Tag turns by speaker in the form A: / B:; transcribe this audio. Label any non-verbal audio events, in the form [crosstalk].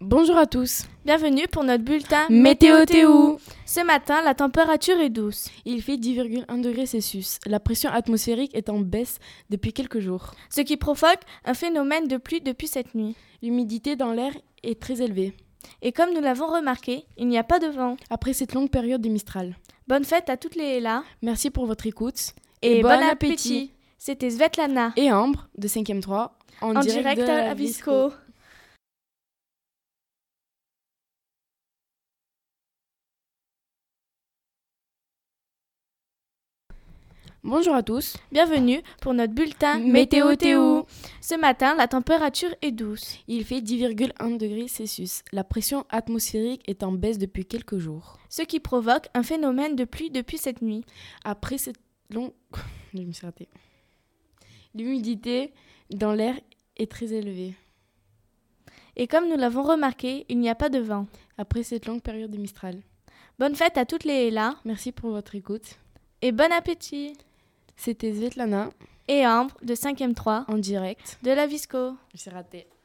A: Bonjour à tous.
B: Bienvenue pour notre bulletin
A: Météo Théo.
B: Ce matin, la température est douce.
A: Il fait 10,1 degrés Celsius. La pression atmosphérique est en baisse depuis quelques jours.
B: ce qui provoque un phénomène de pluie depuis cette nuit.
A: L'humidité dans l'air est très élevée.
B: Et comme nous l'avons remarqué, il n'y a pas de vent.
A: Après cette longue période de Mistral.
B: Bonne fête à toutes les Hélas
A: Merci pour votre écoute.
B: et,
A: bon
B: bon,
A: appétit.
B: appétit. C'était Svetlana
A: Et Ambre de 5e 3 en,
B: en direct
A: de la
B: à Visco.
A: Bonjour à tous.
B: Bienvenue pour notre bulletin
A: Météo Théo.
B: Ce matin, la température est douce.
A: Il fait 10,1 degrés Celsius. La pression atmosphérique est en baisse depuis quelques jours.
B: ce qui provoque un phénomène de pluie depuis cette nuit.
A: Après cette longue... [laughs] Je me suis ratée. L'humidité dans l'air est très élevée.
B: Et comme nous l'avons remarqué, il n'y a pas de vent.
A: Après cette longue période de Mistral.
B: Bonne fête à toutes les Hélas
A: Merci pour votre écoute.
B: et bon appétit
A: C'était Svetlana
B: Et Ambre de 5e 3
A: en direct.
B: de la Visco.
A: Je suis ratée.